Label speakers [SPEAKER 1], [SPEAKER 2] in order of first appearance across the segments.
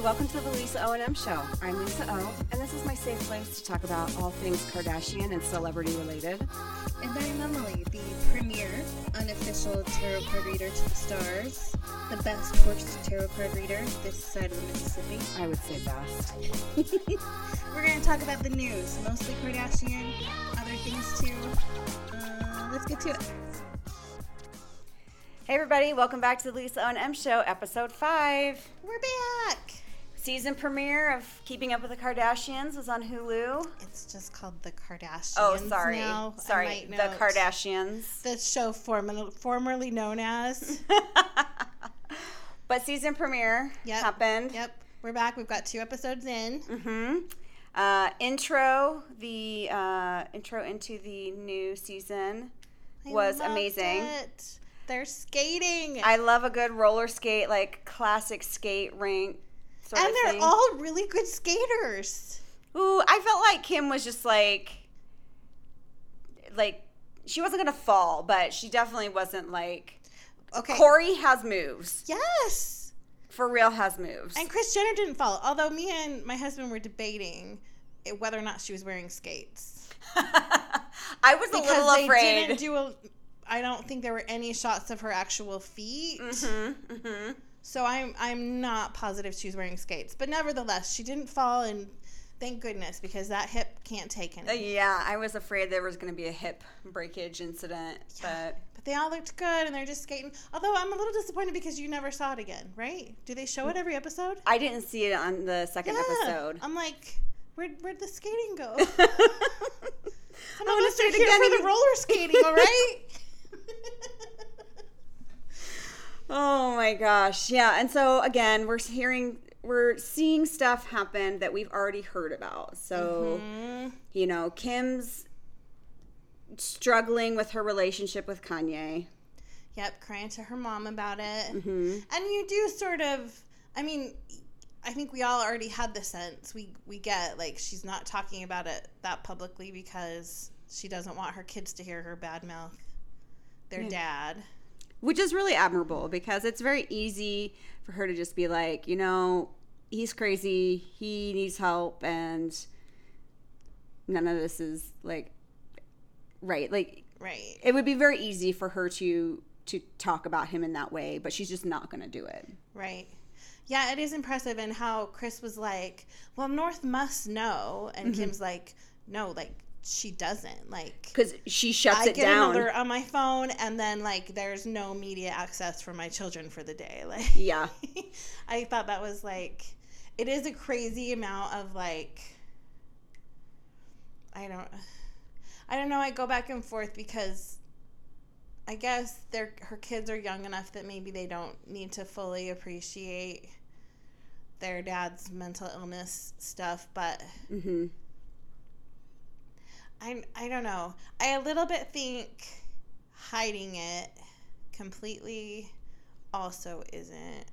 [SPEAKER 1] Welcome to the Lisa O and M Show. I'm Lisa O, and this is my safe place to talk about all things Kardashian and celebrity related.
[SPEAKER 2] And I'm Emily, the premier unofficial tarot card reader to the stars, the best forced tarot card reader this side of the Mississippi.
[SPEAKER 1] I would say best.
[SPEAKER 2] We're going to talk about the news, mostly Kardashian, other things too. Uh, let's get to it.
[SPEAKER 1] Hey everybody, welcome back to the Lisa O and M Show, episode five.
[SPEAKER 2] We're back!
[SPEAKER 1] Season premiere of Keeping Up with the Kardashians was on Hulu.
[SPEAKER 2] It's just called The Kardashians.
[SPEAKER 1] Oh, sorry,
[SPEAKER 2] now, I
[SPEAKER 1] sorry,
[SPEAKER 2] might
[SPEAKER 1] the
[SPEAKER 2] note.
[SPEAKER 1] Kardashians.
[SPEAKER 2] The show form- formerly known as.
[SPEAKER 1] But season premiere
[SPEAKER 2] Yep.
[SPEAKER 1] happened.
[SPEAKER 2] yep, we're back. We've got two episodes in.
[SPEAKER 1] hmm Uh, intro the uh, intro into the new season.
[SPEAKER 2] I
[SPEAKER 1] was
[SPEAKER 2] loved
[SPEAKER 1] amazing.
[SPEAKER 2] it. They're skating.
[SPEAKER 1] I love a good roller skate, like classic skate rink. Sort
[SPEAKER 2] and
[SPEAKER 1] of
[SPEAKER 2] they're
[SPEAKER 1] thing.
[SPEAKER 2] all really good skaters.
[SPEAKER 1] Ooh, I felt like Kim was just like, like she wasn't gonna fall, but she definitely wasn't like.
[SPEAKER 2] Okay.
[SPEAKER 1] Corey has moves.
[SPEAKER 2] Yes.
[SPEAKER 1] For real, has moves.
[SPEAKER 2] And Chris Jenner didn't fall, although me and my husband were debating it- whether or not she was wearing skates
[SPEAKER 1] I was a little
[SPEAKER 2] they
[SPEAKER 1] afraid.
[SPEAKER 2] didn't do a. I don't think there were any shots of her actual feet,
[SPEAKER 1] mm-hmm, mm-hmm.
[SPEAKER 2] so I'm I'm not positive she was wearing skates. But nevertheless, she didn't fall, and thank goodness because that hip can't take
[SPEAKER 1] Uh,
[SPEAKER 2] any.
[SPEAKER 1] Yeah, I was afraid there was going to be a hip breakage incident, but
[SPEAKER 2] But they all looked good, and they're just skating. Although I'm a little disappointed because you never saw it again, right? Do they show it every episode?
[SPEAKER 1] I didn't see it on the second episode.
[SPEAKER 2] I'm like, where'd, where'd the skating go?
[SPEAKER 1] I'm
[SPEAKER 2] I'm gonna
[SPEAKER 1] gonna
[SPEAKER 2] start
[SPEAKER 1] say it
[SPEAKER 2] here for
[SPEAKER 1] again.
[SPEAKER 2] the roller skating, all right?
[SPEAKER 1] Oh my gosh. Yeah. And so again, we're hearing we're seeing stuff happen that we've already heard about. So, you know, Kim's struggling with her relationship with Kanye.
[SPEAKER 2] Yep, crying to her mom about it,
[SPEAKER 1] hmm
[SPEAKER 2] and you do sort of. I mean, I think we all already had the sense we we get like she's not talking about it that publicly because she doesn't want her kids to hear her bad mouth their dad.
[SPEAKER 1] Which is really admirable because it's very easy for her to just be like, you know, he's crazy, he needs help and none of this is like right. Like
[SPEAKER 2] Right.
[SPEAKER 1] it would be very easy for her to to talk about him in that way, but she's just not going to do it.
[SPEAKER 2] Right. Yeah, it is impressive and how Chris was like, "Well, North must know," and
[SPEAKER 1] Mm-hmm.
[SPEAKER 2] Kim's like, "No, like she doesn't." Like
[SPEAKER 1] because she shuts
[SPEAKER 2] I
[SPEAKER 1] it
[SPEAKER 2] get
[SPEAKER 1] down.
[SPEAKER 2] an alert on my phone, and then like there's no media access for my children for the day. Like
[SPEAKER 1] Yeah,
[SPEAKER 2] I thought that was like, it is a crazy amount of like, I don't, I don't know. I go back and forth because. I guess their her kids are young enough that maybe they don't need to fully appreciate their dad's mental illness stuff, but
[SPEAKER 1] hmm
[SPEAKER 2] I, I don't know. I a little bit think hiding it completely also isn't.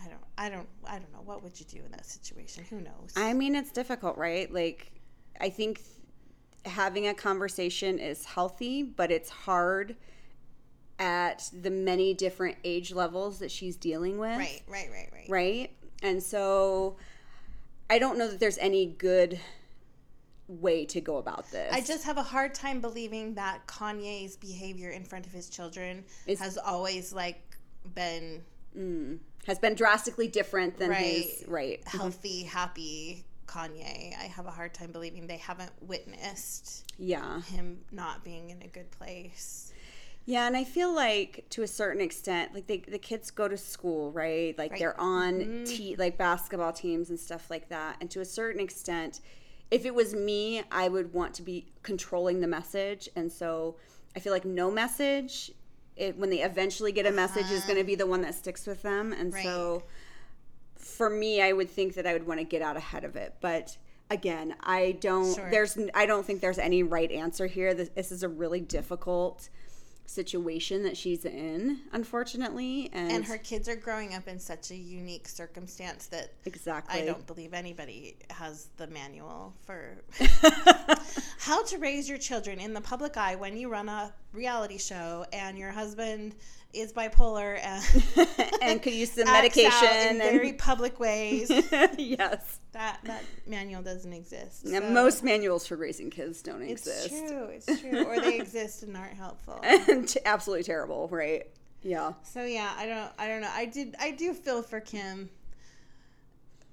[SPEAKER 2] I don't. I don't. I don't know. What would you do in that situation? Who knows?
[SPEAKER 1] I mean it's difficult, right? Like, I think th- having a conversation is healthy, but it's hard at the many different age levels that she's dealing with,
[SPEAKER 2] right. Right. Right. Right.
[SPEAKER 1] Right, and so I don't know that there's any good way to go about this.
[SPEAKER 2] I just have a hard time believing that Kanye's behavior in front of his children
[SPEAKER 1] Is-
[SPEAKER 2] has always like been
[SPEAKER 1] Mm. has been drastically different than his right.
[SPEAKER 2] healthy, happy Kanye. I have a hard time believing they haven't witnessed
[SPEAKER 1] Yeah.
[SPEAKER 2] him not being in a good place.
[SPEAKER 1] Yeah, and I feel like to a certain extent, like they, the kids go to school, right? Like they're on te- like basketball teams and stuff like that. And to a certain extent, if it was me, I would want to be controlling the message. And so I feel like no message, it, when they eventually get a message, is going to be the one that sticks with them. And so for me, I would think that I would want to get out ahead of it, but. Again, I don't.
[SPEAKER 2] Sure.
[SPEAKER 1] There's. n- I don't think there's any right answer here. This, this is a really difficult situation that she's in, unfortunately. And,
[SPEAKER 2] and her kids are growing up in such a unique circumstance that
[SPEAKER 1] exactly.
[SPEAKER 2] I don't believe anybody has the manual for how to raise your children in the public eye when you run up reality show and your husband is bipolar and
[SPEAKER 1] and could use some
[SPEAKER 2] acts
[SPEAKER 1] medication
[SPEAKER 2] out
[SPEAKER 1] and
[SPEAKER 2] in very public ways.
[SPEAKER 1] yes.
[SPEAKER 2] that that manual doesn't exist.
[SPEAKER 1] Now,
[SPEAKER 2] so
[SPEAKER 1] most manuals for raising kids don't
[SPEAKER 2] it's
[SPEAKER 1] exist.
[SPEAKER 2] true, it's true, or they exist and aren't helpful.
[SPEAKER 1] And t- absolutely terrible, right? Yeah.
[SPEAKER 2] So yeah, I don't, I don't know. I did, I do feel for Kim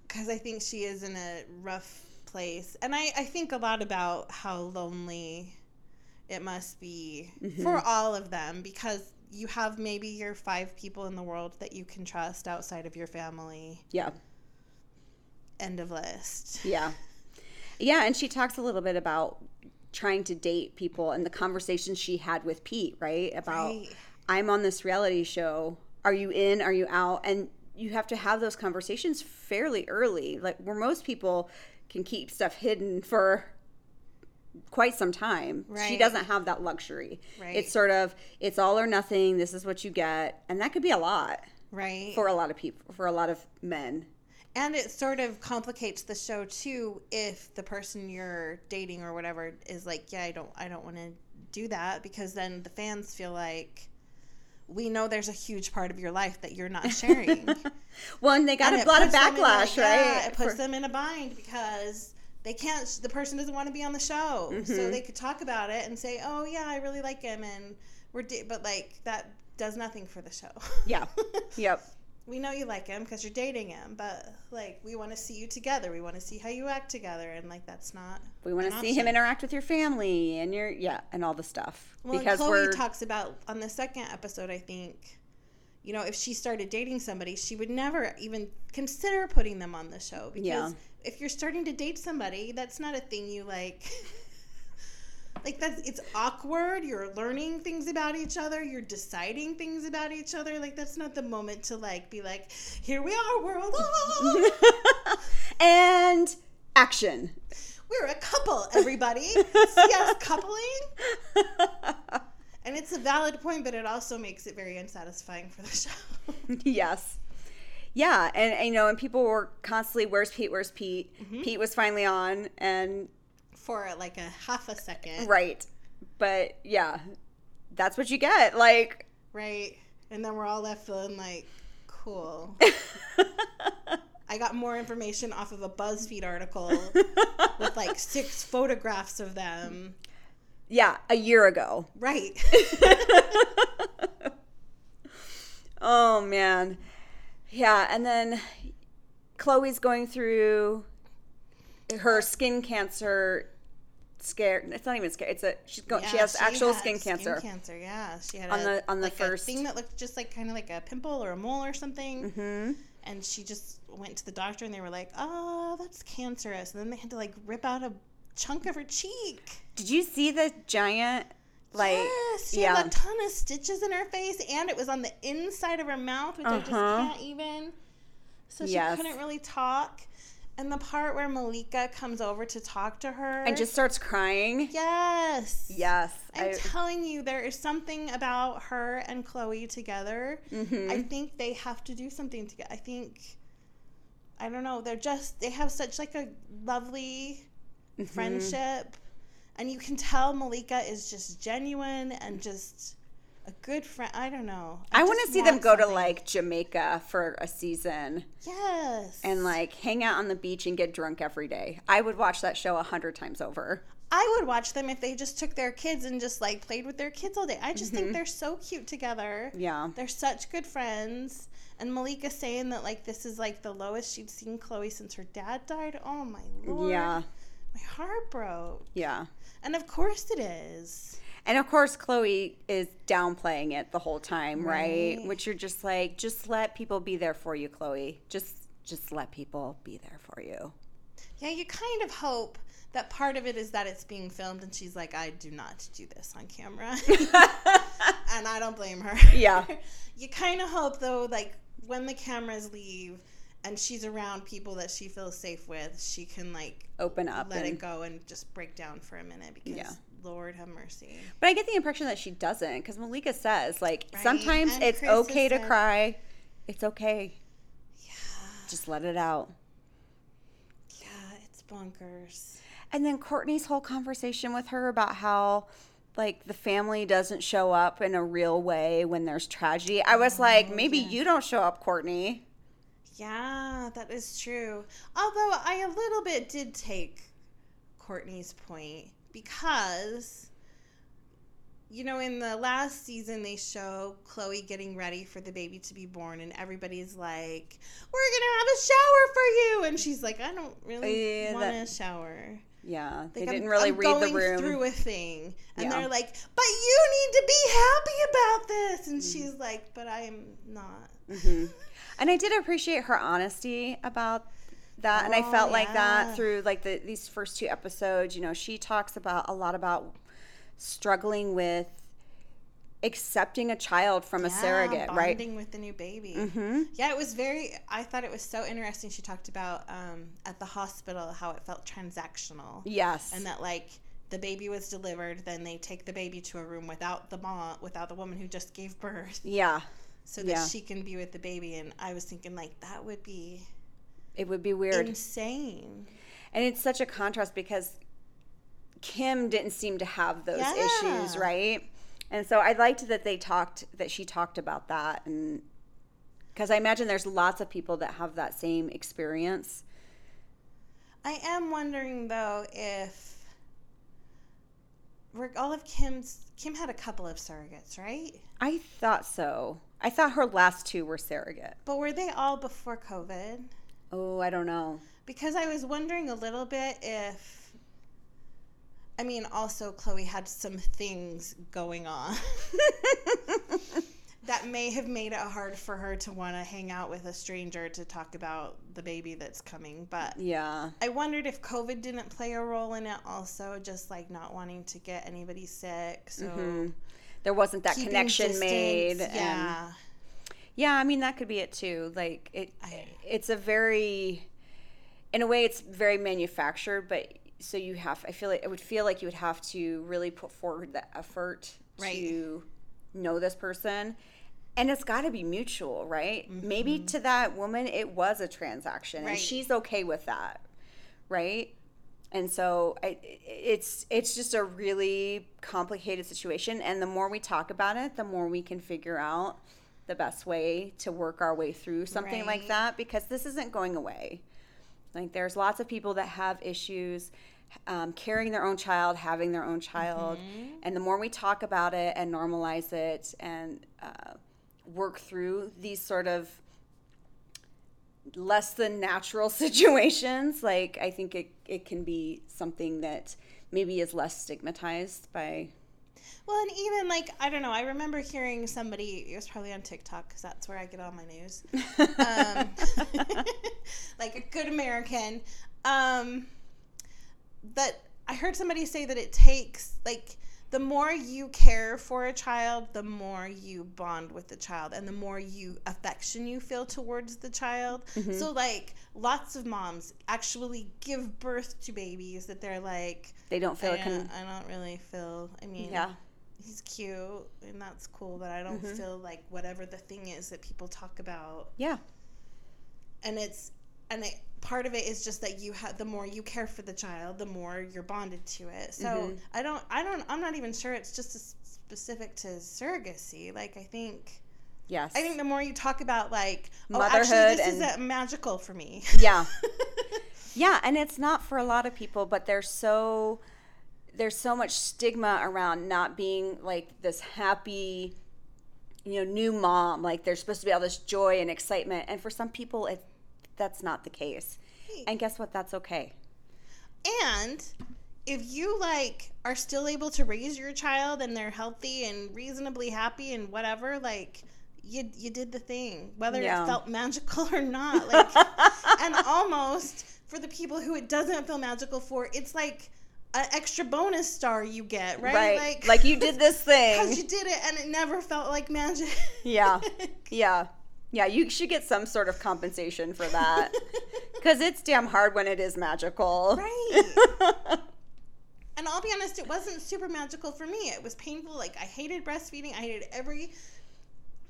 [SPEAKER 2] because I think she is in a rough place, and I, I think a lot about how lonely it must be for all of them because you have maybe your five people in the world that you can trust outside of your family.
[SPEAKER 1] Yeah.
[SPEAKER 2] End of list.
[SPEAKER 1] Yeah. Yeah, and she talks a little bit about trying to date people and the conversation she had with Pete, right? About
[SPEAKER 2] Right.
[SPEAKER 1] I'm on this reality show. Are you in? Are you out? And you have to have those conversations fairly early. Like where most people can keep stuff hidden for quite some time. She
[SPEAKER 2] Right.
[SPEAKER 1] doesn't have that luxury.
[SPEAKER 2] Right.
[SPEAKER 1] It's sort of it's all or nothing. This is what you get. And that could be a lot
[SPEAKER 2] Right.
[SPEAKER 1] for a lot of people, for a lot of men.
[SPEAKER 2] And it sort of complicates the show too if the person you're dating or whatever is like, yeah, I don't I don't want to do that because then the fans feel like we know there's a huge part of your life that you're not sharing.
[SPEAKER 1] Well, and they got
[SPEAKER 2] And
[SPEAKER 1] a
[SPEAKER 2] it
[SPEAKER 1] lot of
[SPEAKER 2] puts them in a-
[SPEAKER 1] backlash,
[SPEAKER 2] yeah,
[SPEAKER 1] right?
[SPEAKER 2] It puts
[SPEAKER 1] For-
[SPEAKER 2] them in a bind because they can't the person doesn't want to be on the show.
[SPEAKER 1] Mm-hmm.
[SPEAKER 2] So they could talk about it and say, "Oh yeah, I really like him and we're da-, but like that does nothing for the show."
[SPEAKER 1] yeah. Yep.
[SPEAKER 2] we know you like him because you're dating him, but like we want to see you together. We want to see how you act together, and like that's not.
[SPEAKER 1] We want
[SPEAKER 2] an
[SPEAKER 1] to see him
[SPEAKER 2] option.
[SPEAKER 1] interact with your family and your yeah, and all the stuff
[SPEAKER 2] Well, and
[SPEAKER 1] because
[SPEAKER 2] Chloe
[SPEAKER 1] we're
[SPEAKER 2] talks about on the second episode, I think. You know, if she started dating somebody, she would never even consider putting them on the show because
[SPEAKER 1] Yeah.
[SPEAKER 2] if you're starting to date somebody, that's not a thing you like. like that's it's awkward. You're learning things about each other. You're deciding things about each other. Like that's not the moment to like be like, here we are, world. Ah!
[SPEAKER 1] and action.
[SPEAKER 2] We're a couple, everybody. See us coupling? And it's a valid point, but it also makes it very unsatisfying for the show.
[SPEAKER 1] yes. Yeah, and, and, you know, and people were constantly, "Where's Pete? Where's Pete?"
[SPEAKER 2] Mm-hmm.
[SPEAKER 1] Pete was finally on, and
[SPEAKER 2] for like a half a second. Right.
[SPEAKER 1] right, but yeah, that's what you get. Like,
[SPEAKER 2] And then we're all left feeling like, cool. I got more information off of a BuzzFeed article with like six photographs of them.
[SPEAKER 1] yeah, a year ago,
[SPEAKER 2] Right.
[SPEAKER 1] Oh man. Yeah, and then Chloe's going through her skin cancer scare. It's not even scare. It's a she's going she
[SPEAKER 2] Yeah,
[SPEAKER 1] has actual
[SPEAKER 2] had
[SPEAKER 1] skin cancer.
[SPEAKER 2] cancer, yeah. She had
[SPEAKER 1] On
[SPEAKER 2] a,
[SPEAKER 1] the- on the
[SPEAKER 2] like a
[SPEAKER 1] first-
[SPEAKER 2] thing that looked just like kind of like a pimple or a mole or something.
[SPEAKER 1] Mm-hmm.
[SPEAKER 2] And she just went to the doctor, and they were like, "Oh, that's cancerous." And then they had to like rip out a chunk of her cheek.
[SPEAKER 1] Did you see the giant like
[SPEAKER 2] yes, she
[SPEAKER 1] yeah.
[SPEAKER 2] had a ton of stitches in her face, and it was on the inside of her mouth, which I just
[SPEAKER 1] Uh-huh.
[SPEAKER 2] can't even. So she
[SPEAKER 1] Yes.
[SPEAKER 2] couldn't really talk. And the part where Malika comes over to talk to her
[SPEAKER 1] and just starts crying?
[SPEAKER 2] yes,
[SPEAKER 1] Yes.
[SPEAKER 2] I'm
[SPEAKER 1] I-
[SPEAKER 2] telling you, there is something about her and Chloe together.
[SPEAKER 1] mm-hmm.
[SPEAKER 2] I think they have to do something together. I think, I don't know, they're just, they have such like a lovely
[SPEAKER 1] Mm-hmm.
[SPEAKER 2] friendship. And you can tell Malika is just genuine and just a good friend. I don't know.
[SPEAKER 1] I, want to
[SPEAKER 2] just
[SPEAKER 1] see them
[SPEAKER 2] want
[SPEAKER 1] go to
[SPEAKER 2] something.
[SPEAKER 1] like Jamaica for a season
[SPEAKER 2] yes.
[SPEAKER 1] and like hang out on the beach and get drunk every day. I would watch that show a hundred times over.
[SPEAKER 2] I would watch them if they just took their kids and just like played with their kids all day. I just
[SPEAKER 1] Mm-hmm.
[SPEAKER 2] think they're so cute together.
[SPEAKER 1] Yeah.
[SPEAKER 2] They're such good friends. And Malika saying that like this is like the lowest she'd seen Chloe since her dad died. Oh my lord.
[SPEAKER 1] Yeah.
[SPEAKER 2] My heart broke.
[SPEAKER 1] Yeah.
[SPEAKER 2] And of course it is.
[SPEAKER 1] And of course, Chloe is downplaying it the whole time, right? Which you're just like, just let people be there for you, Chloe. Just, just let people be there for you.
[SPEAKER 2] Yeah, you kind of hope that part of it is that it's being filmed and she's like, I do not do this on camera. and I don't blame her.
[SPEAKER 1] Yeah.
[SPEAKER 2] you kind of hope though, like when the cameras leave and she's around people that she feels safe with, she can like
[SPEAKER 1] Open up.
[SPEAKER 2] let
[SPEAKER 1] and-
[SPEAKER 2] it go and just break down for a minute because
[SPEAKER 1] Yeah.
[SPEAKER 2] Lord have mercy.
[SPEAKER 1] But I get the impression that she doesn't, because Malika says, like,
[SPEAKER 2] Right.
[SPEAKER 1] sometimes
[SPEAKER 2] And
[SPEAKER 1] it's
[SPEAKER 2] Chris has
[SPEAKER 1] okay to
[SPEAKER 2] said-
[SPEAKER 1] cry. It's okay. Just let it out.
[SPEAKER 2] Yeah, it's bonkers.
[SPEAKER 1] And then Courtney's whole conversation with her about how, like the family doesn't show up in a real way when there's tragedy. I
[SPEAKER 2] Oh,
[SPEAKER 1] was like, maybe you don't show up, Courtney.
[SPEAKER 2] Yeah, that is true. Although I a little bit did take Courtney's point because you know in the last season they show Chloe getting ready for the baby to be born and everybody's like, "We're going to have a shower for you." And she's like, "I don't really
[SPEAKER 1] Yeah,
[SPEAKER 2] want
[SPEAKER 1] that-
[SPEAKER 2] a shower."
[SPEAKER 1] Yeah, they
[SPEAKER 2] Like,
[SPEAKER 1] didn't really read the
[SPEAKER 2] going
[SPEAKER 1] room.
[SPEAKER 2] through a thing, and
[SPEAKER 1] Yeah.
[SPEAKER 2] they're like, "But you need to be happy about this," and
[SPEAKER 1] Mm-hmm.
[SPEAKER 2] she's like, "But I'm not."
[SPEAKER 1] Mhm. And I did appreciate her honesty about that, and I
[SPEAKER 2] Oh,
[SPEAKER 1] felt like
[SPEAKER 2] yeah.
[SPEAKER 1] that through like the, these first two episodes. You know, she talks about a lot about struggling with accepting a child from a
[SPEAKER 2] Yeah,
[SPEAKER 1] surrogate, right?
[SPEAKER 2] Bonding with the new baby.
[SPEAKER 1] Mm-hmm.
[SPEAKER 2] Yeah, it was very. I thought it was so interesting. She talked about um, at the hospital how it felt transactional,
[SPEAKER 1] Yes.
[SPEAKER 2] and that like the baby was delivered, then they take the baby to a room without the mom, without the woman who just gave birth,
[SPEAKER 1] yeah,
[SPEAKER 2] so that
[SPEAKER 1] Yeah.
[SPEAKER 2] she can be with the baby. And I was thinking like that would be
[SPEAKER 1] it would be weird,
[SPEAKER 2] insane.
[SPEAKER 1] and it's such a contrast because Kim didn't seem to have those issues,
[SPEAKER 2] Yeah.
[SPEAKER 1] right? And so I liked that they talked that she talked about that, and because I imagine there's lots of people that have that same experience.
[SPEAKER 2] I am wondering though if we're all of Kim's Kim had a couple of surrogates, right?
[SPEAKER 1] I thought so. I thought her last two were surrogate.
[SPEAKER 2] But were they all before COVID?
[SPEAKER 1] Oh, I don't know.
[SPEAKER 2] Because I was wondering a little bit if I mean also Chloe had some things going on that may have made it hard for her to want to hang out with a stranger to talk about the baby that's coming, but
[SPEAKER 1] yeah.
[SPEAKER 2] I wondered if COVID didn't play a role in it also, just like not wanting to get anybody sick. So
[SPEAKER 1] Mhm. There wasn't that
[SPEAKER 2] keeping
[SPEAKER 1] connection
[SPEAKER 2] distance,
[SPEAKER 1] made. And
[SPEAKER 2] Yeah.
[SPEAKER 1] yeah, I mean that could be it too. Like it
[SPEAKER 2] I-
[SPEAKER 1] it's a very in a way it's very manufactured, but so you have I feel like it would feel like you would have to really put forward the effort
[SPEAKER 2] Right.
[SPEAKER 1] to know this person. And it's got to be mutual, right? Maybe to that woman it was a transaction
[SPEAKER 2] Mm-hmm. Right.
[SPEAKER 1] and she's okay with that, right? And so I, it's it's just a really complicated situation. And the more we talk about it, the more we can figure out the best way to work our way through something
[SPEAKER 2] Right.
[SPEAKER 1] like that because this isn't going away. Like there's lots of people that have issues um, carrying their own child, having their own child, and the more we talk about it and normalize it and uh, work through these sort of less than natural situations, like I think it, it can be something that maybe is less stigmatized by
[SPEAKER 2] Well, and even like, I don't know, I remember hearing somebody, it was probably on TikTok because that's where I get all my news. um, like a good American. Um, that I heard somebody say that it takes like the more you care for a child, the more you bond with the child, and the more you affection you feel towards the child.
[SPEAKER 1] Mm-hmm.
[SPEAKER 2] So like lots of moms actually give birth to babies that they're like,
[SPEAKER 1] they don't feel
[SPEAKER 2] I
[SPEAKER 1] it can
[SPEAKER 2] don't, I don't really feel. I mean,
[SPEAKER 1] yeah
[SPEAKER 2] he's cute and that's cool, but I
[SPEAKER 1] Mm-hmm.
[SPEAKER 2] don't feel like whatever the thing is that people talk about
[SPEAKER 1] yeah
[SPEAKER 2] and it's and it, part of it is just that you have the more you care for the child the more you're bonded to it so
[SPEAKER 1] Mhm.
[SPEAKER 2] i don't i don't i'm not even sure it's just as specific to surrogacy like i think
[SPEAKER 1] yes
[SPEAKER 2] i think the more you talk about like oh actually
[SPEAKER 1] Motherhood
[SPEAKER 2] this
[SPEAKER 1] and-
[SPEAKER 2] isn't magical for me
[SPEAKER 1] yeah yeah and it's not for a lot of people but there's so there's so much stigma around not being like this happy you know new mom like there's supposed to be all this joy and excitement and for some people it that's not the case and guess what that's okay
[SPEAKER 2] And if you like are still able to raise your child and they're healthy and reasonably happy and whatever, like you you did the thing, whether
[SPEAKER 1] Yeah.
[SPEAKER 2] it felt magical or not. Like and almost for the people who it doesn't feel magical for, it's like an extra bonus star you get, right?
[SPEAKER 1] right like, you did this thing
[SPEAKER 2] because you did it and it never felt like magic.
[SPEAKER 1] yeah yeah yeah you should get some sort of compensation for that because it's damn hard when it is magical
[SPEAKER 2] right. And I'll be honest, it wasn't super magical for me. It was painful. Like I hated breastfeeding. I hated every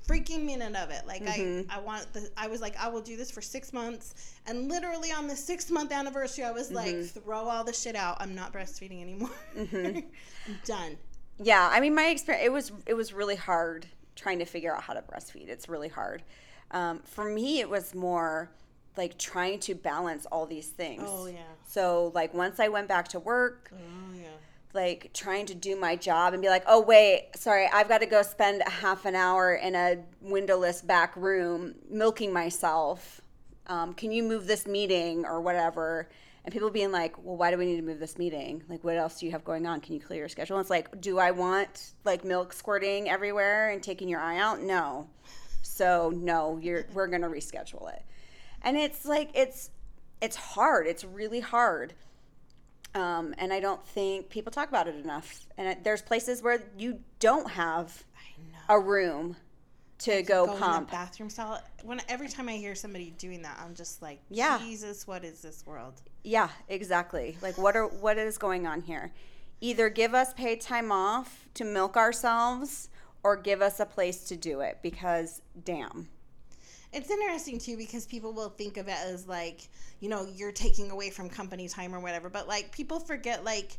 [SPEAKER 2] freaking minute of it. Like I, I want the I was like, I will do this for six months. And literally on the six month anniversary, I was like, throw all the shit out. I'm not breastfeeding anymore. I'm done.
[SPEAKER 1] yeah, I mean, my experience it was it was really hard trying to figure out how to breastfeed. It's really hard. Um, for me, it was more like trying to balance all these things.
[SPEAKER 2] Oh, yeah.
[SPEAKER 1] So like once I went back to work,
[SPEAKER 2] Oh yeah.
[SPEAKER 1] like trying to do my job and be like, oh wait, sorry, I've got to go spend a half an hour in a windowless back room milking myself. Um, can you move this meeting or whatever? And people being like, well, why do we need to move this meeting? Like, what else do you have going on? Can you clear your schedule? And it's like, do I want like milk squirting everywhere and taking your eye out? No. So no, you're
[SPEAKER 2] Mm-hmm.
[SPEAKER 1] we're gonna reschedule it. And it's like it's it's hard. It's really hard um, and I don't think people talk about it enough. And it, there's places where you don't have
[SPEAKER 2] I know.
[SPEAKER 1] a room to go,
[SPEAKER 2] Go in
[SPEAKER 1] pump.
[SPEAKER 2] the bathroom stall. When every time I hear somebody doing that, I'm just like,
[SPEAKER 1] Yeah.
[SPEAKER 2] Jesus, what is this world?
[SPEAKER 1] Yeah, exactly. Like what are what is going on here? Either give us paid time off to milk ourselves, or give us a place to do it. Because damn,
[SPEAKER 2] It's interesting too because people will think of it as like, you know, you're taking away from company time or whatever, but like people forget like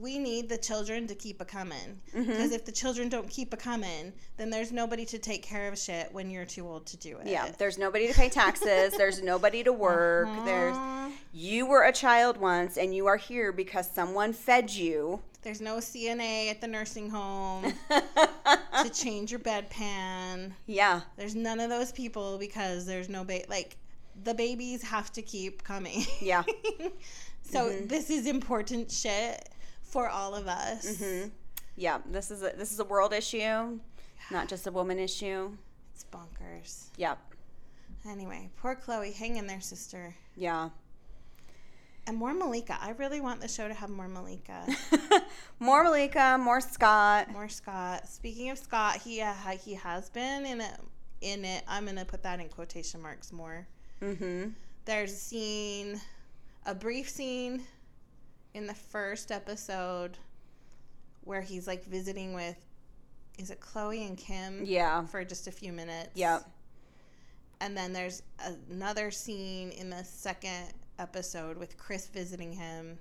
[SPEAKER 2] we need the children to keep a coming because if the children don't keep a coming, then there's nobody to take care of shit when you're too old to do it.
[SPEAKER 1] yeah. There's nobody to pay taxes. there's nobody to work. There's
[SPEAKER 2] Aw,
[SPEAKER 1] you were a child once, and you are here because someone fed you.
[SPEAKER 2] there's no CNA at the nursing home to change your bedpan.
[SPEAKER 1] yeah.
[SPEAKER 2] There's none of those people because there's no ba- like the babies have to keep coming.
[SPEAKER 1] Yeah.
[SPEAKER 2] so this is important shit for all of us.
[SPEAKER 1] Yeah, this is a, this is a world issue, not just a woman issue.
[SPEAKER 2] It's bonkers.
[SPEAKER 1] Yep.
[SPEAKER 2] Anyway, poor Chloe, hang in there, sister.
[SPEAKER 1] Yeah.
[SPEAKER 2] And more Malika. I really want the show to have more Malika,
[SPEAKER 1] more Malika, more Scott.
[SPEAKER 2] more Scott. Speaking of Scott, he uh, he has been in it. In it, I'm gonna put that in quotation marks. More.
[SPEAKER 1] Mm-hmm.
[SPEAKER 2] There's a scene, a brief scene, in the first episode, where he's like visiting with, is it Chloe and Kim?
[SPEAKER 1] Yeah.
[SPEAKER 2] for just a few minutes.
[SPEAKER 1] Yep.
[SPEAKER 2] And then there's another scene in the second episode with Chris visiting him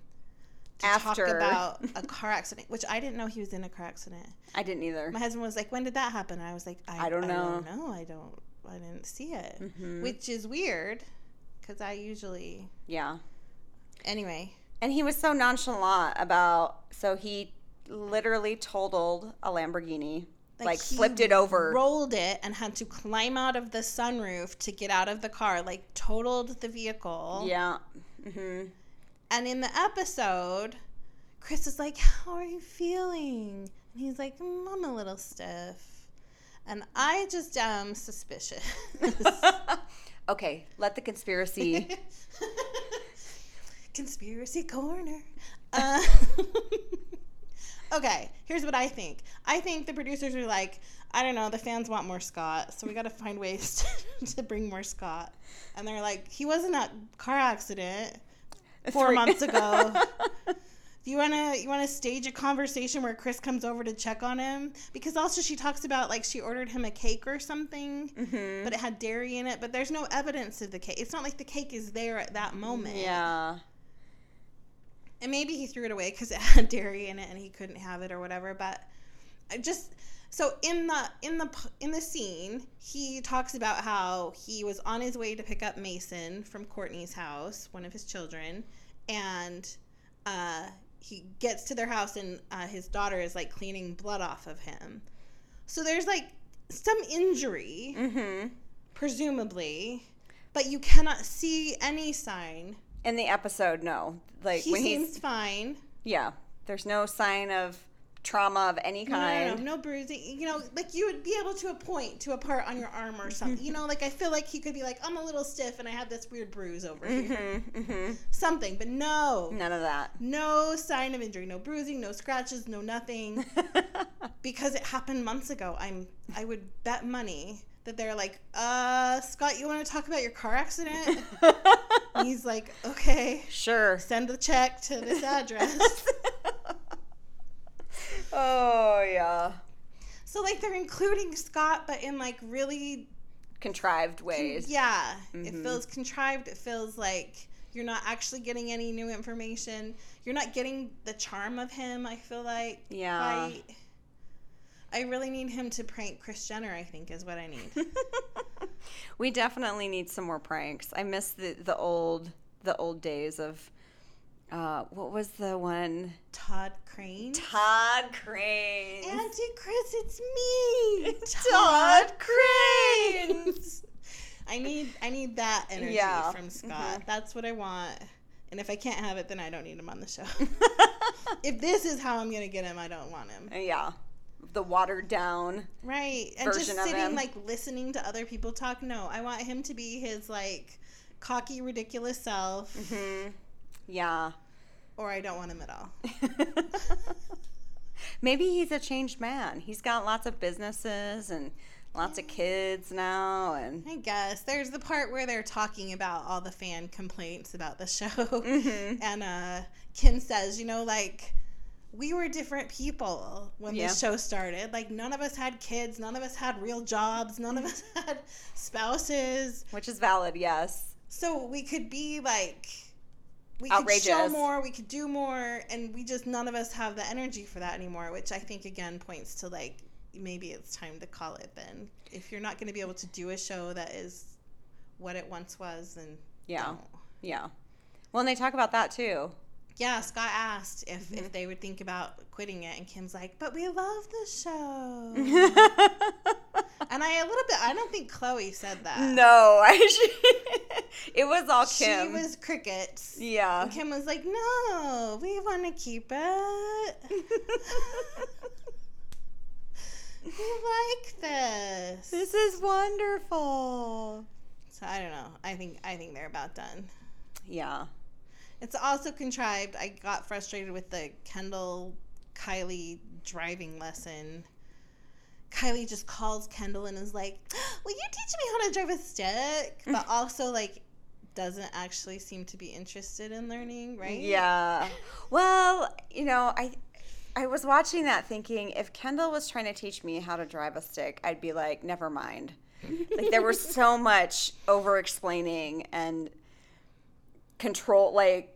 [SPEAKER 2] to talk
[SPEAKER 1] After.
[SPEAKER 2] about a car accident, which I didn't know he was in a car accident.
[SPEAKER 1] I didn't either.
[SPEAKER 2] My husband was like, "When did that happen?" I was like, "I,
[SPEAKER 1] I don't know."
[SPEAKER 2] I don't know. I don't. I didn't see it."
[SPEAKER 1] Mhm.
[SPEAKER 2] Which is weird, because I usually
[SPEAKER 1] Yeah.
[SPEAKER 2] anyway.
[SPEAKER 1] And he was so nonchalant about. So he literally totaled a Lamborghini, like,
[SPEAKER 2] he
[SPEAKER 1] flipped it over.
[SPEAKER 2] rolled it, and had to climb out of the sunroof to get out of the car. Like totaled the vehicle.
[SPEAKER 1] yeah. Mm-hmm.
[SPEAKER 2] And in the episode, Chris is like, How are you feeling? And he's like, "Mm, I'm a little stiff. And I just am suspicious.
[SPEAKER 1] okay, let the conspiracy.
[SPEAKER 2] Conspiracy corner. Uh, okay, here's what I think. I think the producers are like, I don't know, the fans want more Scott, so we got to find ways to bring more Scott. And they're like, he was in that car accident four
[SPEAKER 1] Three-
[SPEAKER 2] months ago. Do you wanna you wanna stage a conversation where Chris comes over to check on him? Because also she talks about like she ordered him a cake or something, but it had dairy in it. But there's no evidence of the cake. It's not like the cake is there at that moment.
[SPEAKER 1] yeah.
[SPEAKER 2] And maybe he threw it away because it had dairy in it and he couldn't have it or whatever. But I just so in the in the p- in the scene, he talks about how he was on his way to pick up Mason from Courtney's house, one of his children, and uh, he gets to their house and uh, his daughter is like cleaning blood off of him. So there's like some injury,
[SPEAKER 1] Mm-hmm.
[SPEAKER 2] presumably, but you cannot see any sign.
[SPEAKER 1] In the episode, no. Like
[SPEAKER 2] he
[SPEAKER 1] when he's
[SPEAKER 2] seems fine.
[SPEAKER 1] Yeah. There's no sign of trauma of any
[SPEAKER 2] No,
[SPEAKER 1] kind.
[SPEAKER 2] No, no, no, bruising. You know, like you would be able to a point to a part on your arm or something.
[SPEAKER 1] Mm-hmm.
[SPEAKER 2] you know, like I feel like he could be like, I'm a little stiff and I have this weird bruise over here,
[SPEAKER 1] Mm-hmm, mm-hmm.
[SPEAKER 2] something. But no,
[SPEAKER 1] None of that.
[SPEAKER 2] no sign of injury, no bruising, no scratches, no nothing, because it happened months ago. I'm, I would bet money that they're like, uh, Scott, you want to talk about your car accident? And He's like, okay,
[SPEAKER 1] sure.
[SPEAKER 2] send the check to this address.
[SPEAKER 1] oh yeah.
[SPEAKER 2] so like they're including Scott, but in like really
[SPEAKER 1] Contrived
[SPEAKER 2] Con-
[SPEAKER 1] ways.
[SPEAKER 2] Yeah, it
[SPEAKER 1] Mhm.
[SPEAKER 2] feels contrived. It feels like you're not actually getting any new information. You're not getting the charm of him. I feel like
[SPEAKER 1] Yeah.
[SPEAKER 2] quite. I really need him to prank Chris Jenner. I think is what I need.
[SPEAKER 1] we definitely need some more pranks. I miss the the old the old days of uh, what was the one?
[SPEAKER 2] Todd Crane.
[SPEAKER 1] Todd Crane.
[SPEAKER 2] Auntie Chris, it's me,
[SPEAKER 1] Todd Crane.
[SPEAKER 2] I need I need that energy
[SPEAKER 1] Yeah. Mm-hmm.
[SPEAKER 2] from Scott. That's what I want. And if I can't have it, then I don't need him on the show. if this is how I'm gonna get him, I don't want him.
[SPEAKER 1] yeah, the watered down.
[SPEAKER 2] Right. And just
[SPEAKER 1] Version of him.
[SPEAKER 2] sitting like listening to other people talk. No, I want him to be his like cocky, ridiculous self,
[SPEAKER 1] Hmm. Yeah.
[SPEAKER 2] or I don't want him at all.
[SPEAKER 1] Maybe he's a changed man. He's got lots of businesses and lots of kids now, and
[SPEAKER 2] I guess there's the part where they're talking about all the fan complaints about the show,
[SPEAKER 1] Mm-hmm.
[SPEAKER 2] and uh, Kim says, you know, like we were different people when this show started. Like none of us had kids, none of us had real jobs, none of us
[SPEAKER 1] Mm-hmm.
[SPEAKER 2] had spouses,
[SPEAKER 1] which is valid. Yes.
[SPEAKER 2] so we could be like. We could show
[SPEAKER 1] Outrageous.
[SPEAKER 2] more, we could do more, and we just none of us have the energy for that anymore, which I think again points to like maybe it's time to call it then. If you're not going to be able to do a show that is what it once was, then
[SPEAKER 1] Yeah.
[SPEAKER 2] don't.
[SPEAKER 1] Yeah. Well, and they talk about that too.
[SPEAKER 2] Yeah, Scott asked if,
[SPEAKER 1] Mm-hmm.
[SPEAKER 2] if they would think about quitting it, and Kim's like, "But we love the
[SPEAKER 1] Mm-hmm.
[SPEAKER 2] show." and I a little bit. I don't think Chloe said that.
[SPEAKER 1] no, I. it was all
[SPEAKER 2] she
[SPEAKER 1] Kim.
[SPEAKER 2] was crickets.
[SPEAKER 1] yeah.
[SPEAKER 2] And Kim was like, "No, we want to keep it. we like this."
[SPEAKER 1] this is wonderful.
[SPEAKER 2] So I don't know. I think I think they're about done.
[SPEAKER 1] Yeah.
[SPEAKER 2] It's also contrived. I got frustrated with the Kendall Kylie driving lesson. Kylie just calls Kendall and is like, Will you teach me how to drive a stick? But also, like, doesn't actually seem to be interested in learning, right?
[SPEAKER 1] Yeah. Well, you know, I I was watching that thinking if Kendall was trying to teach me how to drive a stick, I'd be like, never mind. like there was so much over explaining and control like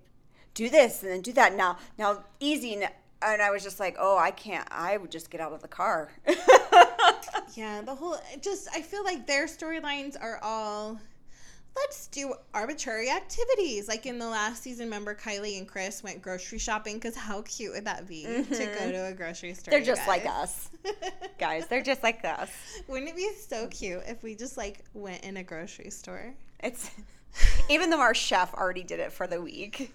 [SPEAKER 1] do this and then do that now now easy n- and I was just like, "Oh, I can't. I would just get out of the car."
[SPEAKER 2] Yeah, the whole it just I feel like their storylines are all let's do arbitrary activities. Like in the last season, remember Kylie and Chris went grocery shopping because how cute would that be to go to a grocery
[SPEAKER 1] Mm-hmm.
[SPEAKER 2] store?
[SPEAKER 1] They're
[SPEAKER 2] you
[SPEAKER 1] just like
[SPEAKER 2] guys?
[SPEAKER 1] us. Guys, they're just like us.
[SPEAKER 2] Wouldn't it be so cute if we just like went in a grocery store?
[SPEAKER 1] It's even though our chef already did it for the week.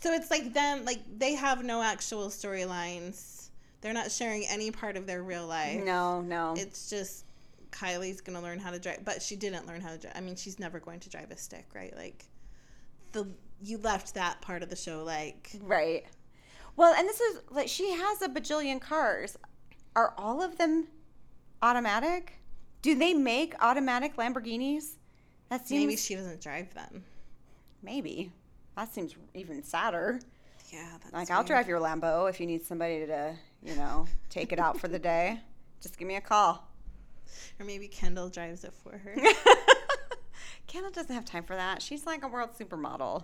[SPEAKER 2] So it's like them, like they have no actual storylines. They're not sharing any part of their real life.
[SPEAKER 1] No, no.
[SPEAKER 2] It's just Kylie's gonna learn how to drive, but she didn't learn how to drive. I mean, she's never going to drive a stick, right? Like the you left that part of the show like
[SPEAKER 1] Right. Well, and this is like she has a bajillion cars. Are all of them automatic? Do they make automatic Lamborghinis? That seems
[SPEAKER 2] maybe
[SPEAKER 1] maybe.
[SPEAKER 2] she doesn't drive them.
[SPEAKER 1] That seems even sadder.
[SPEAKER 2] Yeah, that's
[SPEAKER 1] Like I'll drive your Lambo if you need somebody to, you know, take it out for the day. Just give me a call.
[SPEAKER 2] or maybe Kendall drives it for her.
[SPEAKER 1] Kendall doesn't have time for that. She's like a world supermodel.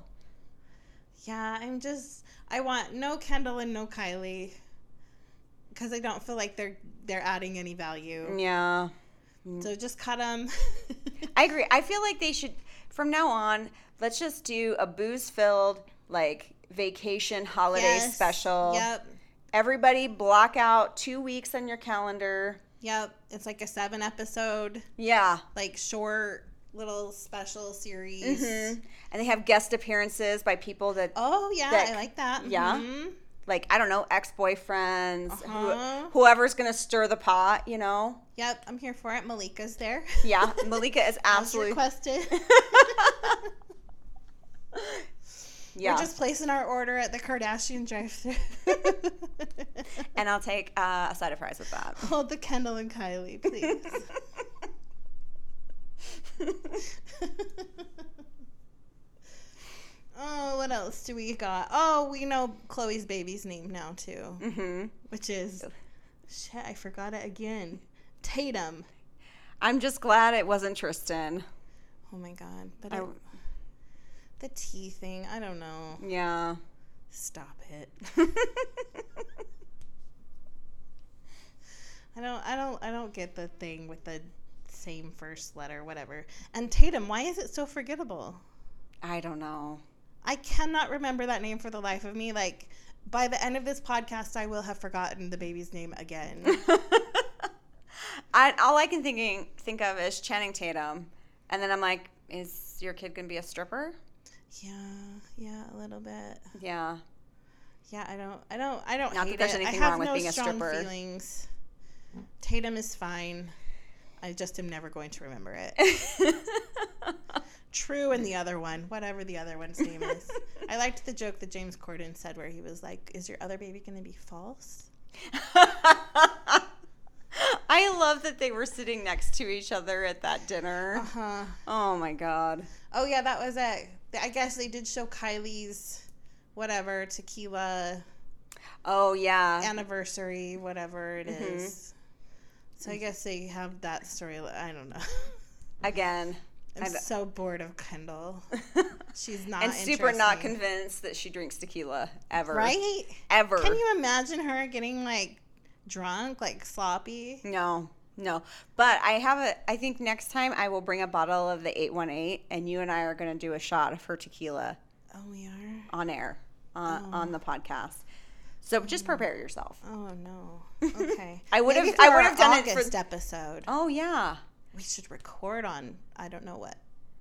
[SPEAKER 2] Yeah, I'm just I want no Kendall and no Kylie because I don't feel like they're they're adding any value.
[SPEAKER 1] Yeah. Mm.
[SPEAKER 2] So just cut them.
[SPEAKER 1] I agree. I feel like they should, from now on, let's just do a booze filled, like, vacation holiday special.
[SPEAKER 2] Yep.
[SPEAKER 1] Everybody block out two weeks on your calendar.
[SPEAKER 2] Yep. It's like a seven episode
[SPEAKER 1] Yeah.
[SPEAKER 2] like short little special series.
[SPEAKER 1] Mm-hmm. And they have guest appearances by people that,
[SPEAKER 2] Mm-hmm. Oh yeah,
[SPEAKER 1] That-
[SPEAKER 2] I like that.
[SPEAKER 1] yeah.
[SPEAKER 2] Mhm.
[SPEAKER 1] like, I don't know, ex boyfriends,
[SPEAKER 2] Uh-huh.
[SPEAKER 1] whoever's going to stir the pot, you know?
[SPEAKER 2] Yep, I'm here for it. Malika's there.
[SPEAKER 1] Yeah. Malika is
[SPEAKER 2] As
[SPEAKER 1] absolutely.
[SPEAKER 2] requested.
[SPEAKER 1] Yeah.
[SPEAKER 2] We're just placing our order at the Kardashian drive-thru.
[SPEAKER 1] and I'll take uh, a side of fries with that.
[SPEAKER 2] Hold the Kendall and Kylie, please. oh, what else do we got? Oh, we know Chloe's baby's name now too,
[SPEAKER 1] hmm
[SPEAKER 2] which is shit. I forgot it again. Tatum.
[SPEAKER 1] I'm just glad it wasn't Tristan.
[SPEAKER 2] Oh my god! But
[SPEAKER 1] I-
[SPEAKER 2] it, the tea thing. I don't know.
[SPEAKER 1] Yeah.
[SPEAKER 2] Stop it. I don't I don't I don't get the thing with the same first letter, whatever. And Tatum, why is it so forgettable?
[SPEAKER 1] I don't know.
[SPEAKER 2] I cannot remember that name for the life of me. Like by the end of this podcast, I will have forgotten the baby's name again.
[SPEAKER 1] I, all I can thinking think of is Channing Tatum, and then I'm like, is your kid gonna be a stripper?
[SPEAKER 2] yeah, yeah, a little bit.
[SPEAKER 1] Yeah,
[SPEAKER 2] Yeah, I don't, I don't, I don't.
[SPEAKER 1] Not that
[SPEAKER 2] hate
[SPEAKER 1] there's
[SPEAKER 2] it.
[SPEAKER 1] anything
[SPEAKER 2] I have
[SPEAKER 1] wrong with
[SPEAKER 2] no
[SPEAKER 1] being a
[SPEAKER 2] strong
[SPEAKER 1] stripper.
[SPEAKER 2] Feelings. Tatum is fine. I just am never going to remember it. True and the other one, whatever the other one's name is. I liked the joke that James Corden said where he was like, "Is your other baby going to be false?"
[SPEAKER 1] I love that they were sitting next to each other at that
[SPEAKER 2] Uh
[SPEAKER 1] dinner.
[SPEAKER 2] huh.
[SPEAKER 1] Oh my god.
[SPEAKER 2] Oh yeah, that was it. I guess they did show Kylie's whatever tequila
[SPEAKER 1] Oh yeah.
[SPEAKER 2] anniversary, whatever it is.
[SPEAKER 1] Mhm.
[SPEAKER 2] So I guess they have that story. I don't know.
[SPEAKER 1] Again.
[SPEAKER 2] I'm
[SPEAKER 1] I d-
[SPEAKER 2] so bored of Kendall. She's not
[SPEAKER 1] and super not
[SPEAKER 2] interesting.
[SPEAKER 1] convinced that she drinks tequila ever.
[SPEAKER 2] right.
[SPEAKER 1] Ever.
[SPEAKER 2] Can you imagine her getting like drunk, like sloppy?
[SPEAKER 1] No. No. But I have a I think next time I will bring a bottle of the 818 and you and I are going to do a shot of her tequila
[SPEAKER 2] Oh, we are.
[SPEAKER 1] on air uh, on the podcast. So just prepare yourself.
[SPEAKER 2] Oh no. Okay.
[SPEAKER 1] I would
[SPEAKER 2] Maybe
[SPEAKER 1] have- I
[SPEAKER 2] for
[SPEAKER 1] would
[SPEAKER 2] our
[SPEAKER 1] have done it for-
[SPEAKER 2] August episode.
[SPEAKER 1] Oh yeah.
[SPEAKER 2] We should record on I don't know what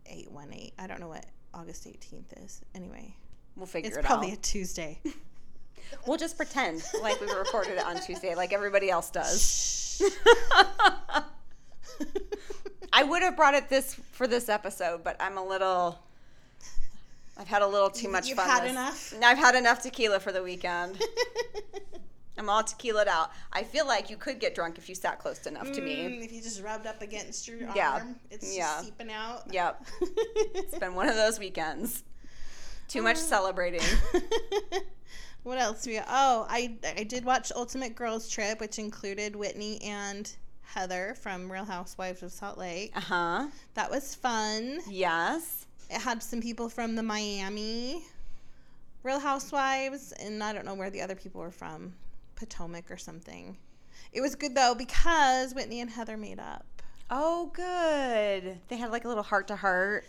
[SPEAKER 2] eight one eight. I don't know what August eighteenth is. Anyway,
[SPEAKER 1] We'll figure
[SPEAKER 2] it's
[SPEAKER 1] it
[SPEAKER 2] probably
[SPEAKER 1] out.
[SPEAKER 2] a Tuesday.
[SPEAKER 1] We'll just pretend like we recorded it on Tuesday, like everybody else does.
[SPEAKER 2] Shh.
[SPEAKER 1] I would have brought it this for this episode, but I'm a little. I've had a little too much
[SPEAKER 2] you've
[SPEAKER 1] fun.
[SPEAKER 2] had
[SPEAKER 1] this-
[SPEAKER 2] enough?
[SPEAKER 1] I've had enough tequila for the weekend. I'm all tequilaed out. I feel like you could get drunk if you sat close enough to me.
[SPEAKER 2] Mm, if you just rubbed up against your arm,
[SPEAKER 1] Yeah.
[SPEAKER 2] it's just
[SPEAKER 1] Yeah.
[SPEAKER 2] seeping out.
[SPEAKER 1] Yep, it's been one of those weekends. Too
[SPEAKER 2] Uh.
[SPEAKER 1] much celebrating.
[SPEAKER 2] what else we oh I I did watch Ultimate Girls Trip which included Whitney and Heather from Real Housewives of Salt Lake.
[SPEAKER 1] Uh huh.
[SPEAKER 2] That was fun.
[SPEAKER 1] Yes.
[SPEAKER 2] It had some people from the Miami Real Housewives and I don't know where the other people were from. Potomac or something. It was good though because Whitney and Heather made up.
[SPEAKER 1] Oh, good. They had like a little heart to heart.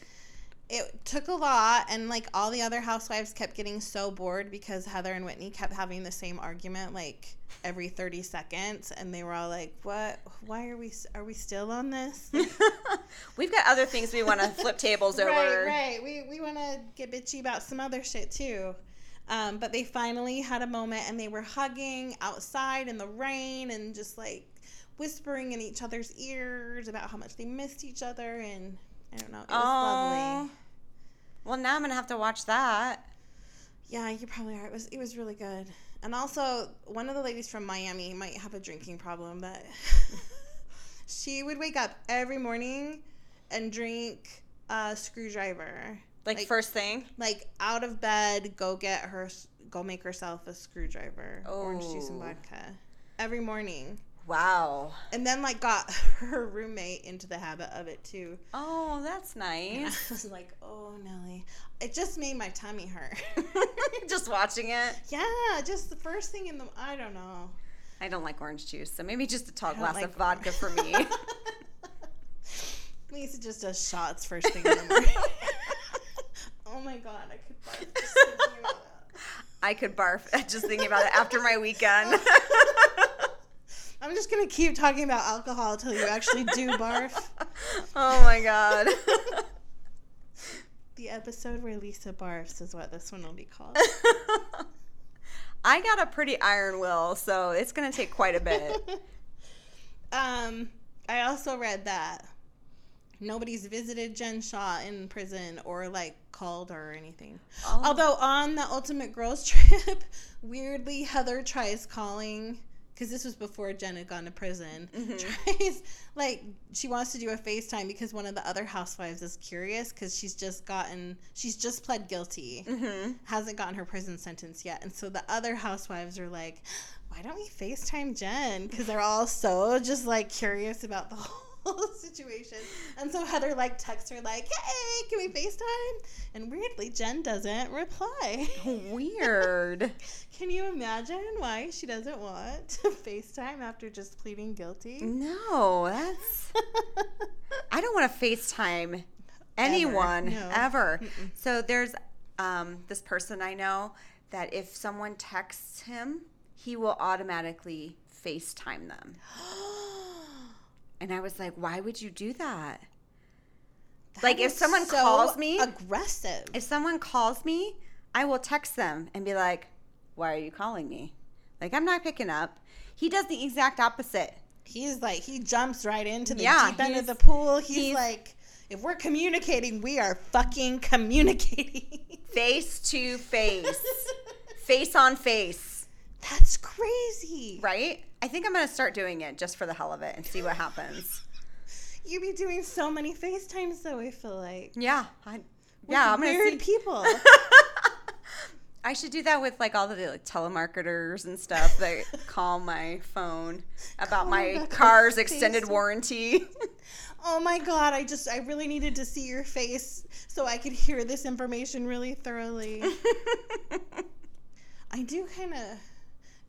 [SPEAKER 2] it took a lot and like all the other housewives kept getting so bored because heather and whitney kept having the same argument like every 30 seconds and they were all like what why are we are we still on this Like,
[SPEAKER 1] We've got other things we want to flip tables over.
[SPEAKER 2] right right we, we want to get bitchy about some other shit too um, but they finally had a moment and they were hugging outside in the rain and just like whispering in each other's ears about how much they missed each other and i don't know it was
[SPEAKER 1] Oh.
[SPEAKER 2] lovely
[SPEAKER 1] Well, now I'm gonna have to watch that.
[SPEAKER 2] Yeah, you probably are. It was it was really good. And also, one of the ladies from Miami might have a drinking problem, but she would wake up every morning and drink a screwdriver.
[SPEAKER 1] Like,
[SPEAKER 2] Like-
[SPEAKER 1] first thing.
[SPEAKER 2] Like out of bed, go get her go make herself a screwdriver, orange juice and
[SPEAKER 1] Oh.
[SPEAKER 2] vodka every morning.
[SPEAKER 1] Wow.
[SPEAKER 2] And then like got her roommate into the habit of it too.
[SPEAKER 1] Oh, that's
[SPEAKER 2] I
[SPEAKER 1] nice.
[SPEAKER 2] was like, "Oh, Nelly. It just made my tummy hurt."
[SPEAKER 1] Just watching it.
[SPEAKER 2] Yeah, just the first thing in the I don't know.
[SPEAKER 1] I don't like orange juice, so maybe just a tall
[SPEAKER 2] I don't
[SPEAKER 1] glass
[SPEAKER 2] like-
[SPEAKER 1] of vodka for me.
[SPEAKER 2] Lisa just does shots first thing in the morning. oh my god, I could barf
[SPEAKER 1] I could barf
[SPEAKER 2] just thinking about that.
[SPEAKER 1] at just thinking about it after my weekend.
[SPEAKER 2] I'm just gonna keep talking about alcohol till you actually do barf.
[SPEAKER 1] oh my god.
[SPEAKER 2] The episode where Lisa barfs is what this one will be called.
[SPEAKER 1] I got a pretty iron will, so it's gonna take quite a bit.
[SPEAKER 2] um, I also read that nobody's visited Jen Shaw in prison or like called her or anything.
[SPEAKER 1] Oh.
[SPEAKER 2] Although on the Ultimate Girls Trip, weirdly Heather tries calling because this was before Jen had gone to prison. Tries like she wants to do a FaceTime because one of the other housewives is curious because she's just gotten she's just pled guilty
[SPEAKER 1] hmm
[SPEAKER 2] hasn't gotten her prison sentence yet. And so the other housewives are like, why don't we FaceTime Jen? Because they're all so just like curious about the whole whole situation. And so Heather like texts her like, "Hey, can we FaceTime?" And weirdly, Jen doesn't reply.
[SPEAKER 1] Weird.
[SPEAKER 2] Can you imagine why she doesn't want to FaceTime after just pleading guilty?
[SPEAKER 1] No, that's. I don't want to FaceTime anyone
[SPEAKER 2] No.
[SPEAKER 1] ever. So there's um, this person I know that if someone texts him, he will automatically FaceTime them. And I was like, why would you do that? like if
[SPEAKER 2] is
[SPEAKER 1] someone
[SPEAKER 2] so
[SPEAKER 1] calls me,
[SPEAKER 2] aggressive.
[SPEAKER 1] if someone calls me, I will text them and be like, why are you calling me? Like I'm not picking up. He does the exact opposite.
[SPEAKER 2] He's like he jumps right into the
[SPEAKER 1] Yeah,
[SPEAKER 2] deep end of
[SPEAKER 1] he's-
[SPEAKER 2] the pool. He's,
[SPEAKER 1] he's-
[SPEAKER 2] like, if we're communicating, we are fucking communicating.
[SPEAKER 1] Face to face. face on face,
[SPEAKER 2] That's crazy.
[SPEAKER 1] right? I think I'm going to start doing it just for the hell of it and see what happens.
[SPEAKER 2] You be doing so many FaceTimes though, I feel like.
[SPEAKER 1] Yeah. I, yeah, I'm
[SPEAKER 2] Weird
[SPEAKER 1] going to see.
[SPEAKER 2] people.
[SPEAKER 1] I should do that with like all the like telemarketers and stuff that call my phone about
[SPEAKER 2] Call
[SPEAKER 1] my
[SPEAKER 2] back
[SPEAKER 1] car's
[SPEAKER 2] on
[SPEAKER 1] extended
[SPEAKER 2] Facebook.
[SPEAKER 1] warranty.
[SPEAKER 2] oh my god, I just I really needed to see your face so I could hear this information really thoroughly. I do kind of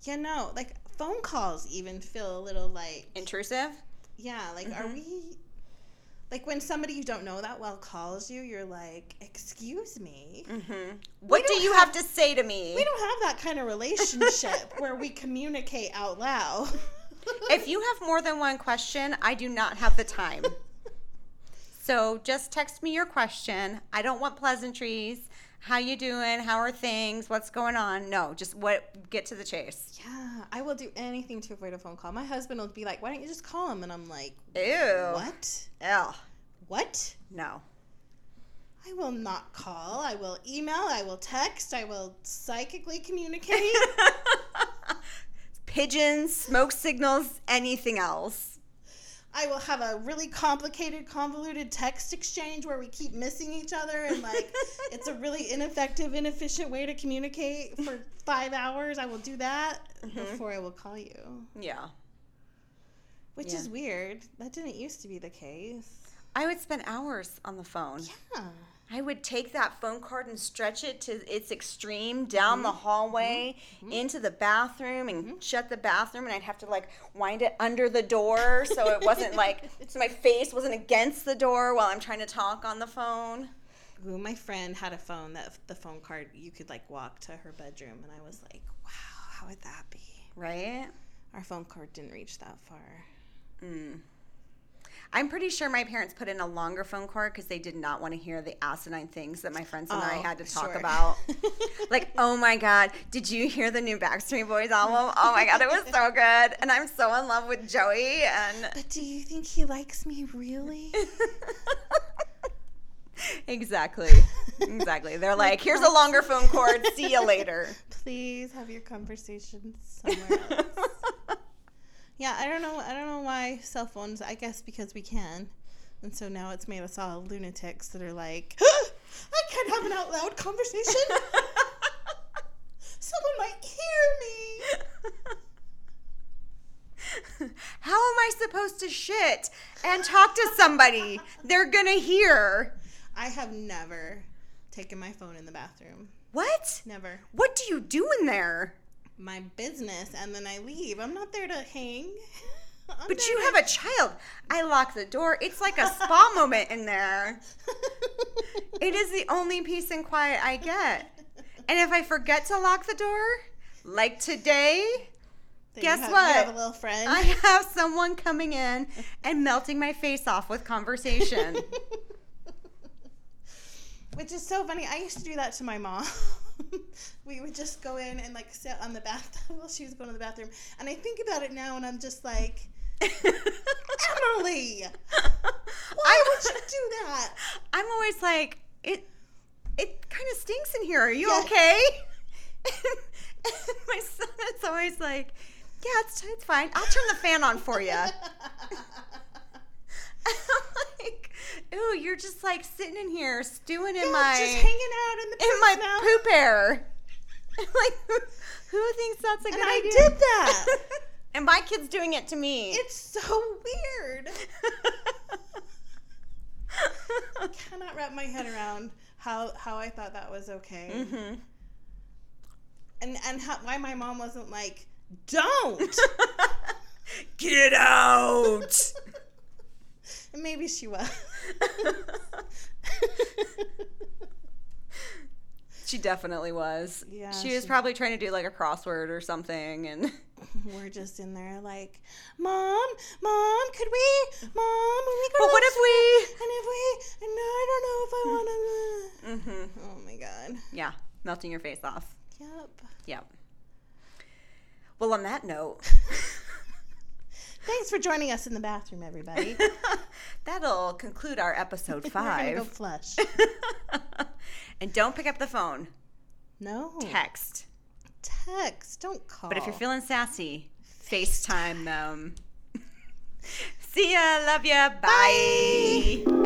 [SPEAKER 2] you know, like phone calls even feel a little like
[SPEAKER 1] Intrusive?
[SPEAKER 2] yeah, like are we like when somebody you don't know that well calls you, you're like, "Excuse me."
[SPEAKER 1] Mm-hmm. What do you have, to say to me?
[SPEAKER 2] We don't have that kind of relationship where we communicate out loud.
[SPEAKER 1] If you have more than one question, I do not have the time. so just text me your question. I don't want pleasantries. How you doing? How are things? What's going on? No, just what get to the chase.
[SPEAKER 2] Yeah, I will do anything to avoid a phone call. My husband will be like, "Why don't you just call him?" And I'm like,
[SPEAKER 1] Ew.
[SPEAKER 2] Oh. "What?
[SPEAKER 1] Ew.
[SPEAKER 2] What?
[SPEAKER 1] No.
[SPEAKER 2] I will not call. I will email. I will text. I will psychically communicate."
[SPEAKER 1] Pigeons, smoke signals, anything else.
[SPEAKER 2] I will have a really complicated, convoluted text exchange where we keep missing each other and like it's a really ineffective, inefficient way to communicate for five hours. I will do that before I will call you,
[SPEAKER 1] Yeah.
[SPEAKER 2] which
[SPEAKER 1] Yeah.
[SPEAKER 2] is weird. That didn't used to be the case.
[SPEAKER 1] I would spend hours on the phone.
[SPEAKER 2] Yeah.
[SPEAKER 1] I would take that phone cord and stretch it to its extreme down
[SPEAKER 2] Mm-hmm.
[SPEAKER 1] the hallway into the bathroom and shut the bathroom and I'd have to like wind it under the door so it wasn't like so my face wasn't against the door while I'm trying to talk on the phone.
[SPEAKER 2] Ooh, my friend had a phone that the phone card you could like walk to her bedroom, and I was like, wow, how would that be?
[SPEAKER 1] Right?
[SPEAKER 2] Our phone card didn't reach that far.
[SPEAKER 1] I'm pretty sure my parents put in a longer phone cord because they did not want to hear the asinine things that my friends and I
[SPEAKER 2] Oh,
[SPEAKER 1] had to talk
[SPEAKER 2] sure.
[SPEAKER 1] about. like, oh my God, did you hear the new Backstreet Boys album? Oh my God, it was so good. And I'm so in love with Joey. And
[SPEAKER 2] But do you think he likes me really?
[SPEAKER 1] exactly. Exactly. They're like, here's a longer phone cord. See you later.
[SPEAKER 2] Please have your conversation somewhere else. yeah, I don't know. I don't know why cell phones. I guess because we can, and so now it's made us all lunatics that are like, I can't have an out loud conversation. Someone might hear me.
[SPEAKER 1] How am I supposed to shit and talk to somebody? They're going to hear.
[SPEAKER 2] I have never taken my phone in the bathroom.
[SPEAKER 1] What?
[SPEAKER 2] Never.
[SPEAKER 1] What do you do in there?
[SPEAKER 2] My business, and then I leave. I'm not there to hang. I'm
[SPEAKER 1] But
[SPEAKER 2] there
[SPEAKER 1] you
[SPEAKER 2] to-
[SPEAKER 1] have a child. I lock the door. It's like a spa moment in there. It is the only peace and quiet I get. And if I forget to lock the door, like today,
[SPEAKER 2] Then you
[SPEAKER 1] guess
[SPEAKER 2] have-
[SPEAKER 1] what?
[SPEAKER 2] You have a little friend.
[SPEAKER 1] I have someone coming in and melting my face off with conversation.
[SPEAKER 2] Which is so funny. I used to do that to my mom. we would just go in and like sit on the bathtub while she was going to the bathroom. And I think about it now and I'm just like, Emily, why
[SPEAKER 1] I
[SPEAKER 2] would you do that?
[SPEAKER 1] I'm always like, it it kind of stinks in here. Are you
[SPEAKER 2] Yeah.
[SPEAKER 1] okay? and my son is always like, yeah, it's, it's fine. I'll turn the fan on for you. I'm like, ooh, you're just like sitting in here stewing in
[SPEAKER 2] Yeah,
[SPEAKER 1] my
[SPEAKER 2] just hanging out in the
[SPEAKER 1] in my
[SPEAKER 2] poop smell.
[SPEAKER 1] poop air. like, who, who thinks that's a
[SPEAKER 2] And
[SPEAKER 1] good
[SPEAKER 2] I
[SPEAKER 1] idea?
[SPEAKER 2] did that.
[SPEAKER 1] and my kid's doing it to me.
[SPEAKER 2] It's so weird. cannot wrap my head around how how I thought that was okay,
[SPEAKER 1] Mhm.
[SPEAKER 2] and and how, why my mom wasn't like, don't.
[SPEAKER 1] Get out.
[SPEAKER 2] And Maybe she was.
[SPEAKER 1] she definitely was.
[SPEAKER 2] Yeah,
[SPEAKER 1] She was
[SPEAKER 2] she-
[SPEAKER 1] probably trying to do like a crossword or something and
[SPEAKER 2] We're just in there like, mom, mom, could we, mom, are we
[SPEAKER 1] But
[SPEAKER 2] going?
[SPEAKER 1] what if
[SPEAKER 2] And if we, and no, I don't know if I want to.
[SPEAKER 1] we Mhm.
[SPEAKER 2] Oh my god.
[SPEAKER 1] Yeah, melting your face off.
[SPEAKER 2] Yep.
[SPEAKER 1] Yep. Well, on that note,
[SPEAKER 2] Thanks for joining us in the bathroom, everybody.
[SPEAKER 1] that'll conclude our episode
[SPEAKER 2] We're gonna go
[SPEAKER 1] 5.
[SPEAKER 2] flush.
[SPEAKER 1] and don't pick up the phone.
[SPEAKER 2] No.
[SPEAKER 1] Text.
[SPEAKER 2] Text. Don't call.
[SPEAKER 1] But if you're feeling sassy, FaceTime them. See ya. Love ya. Bye.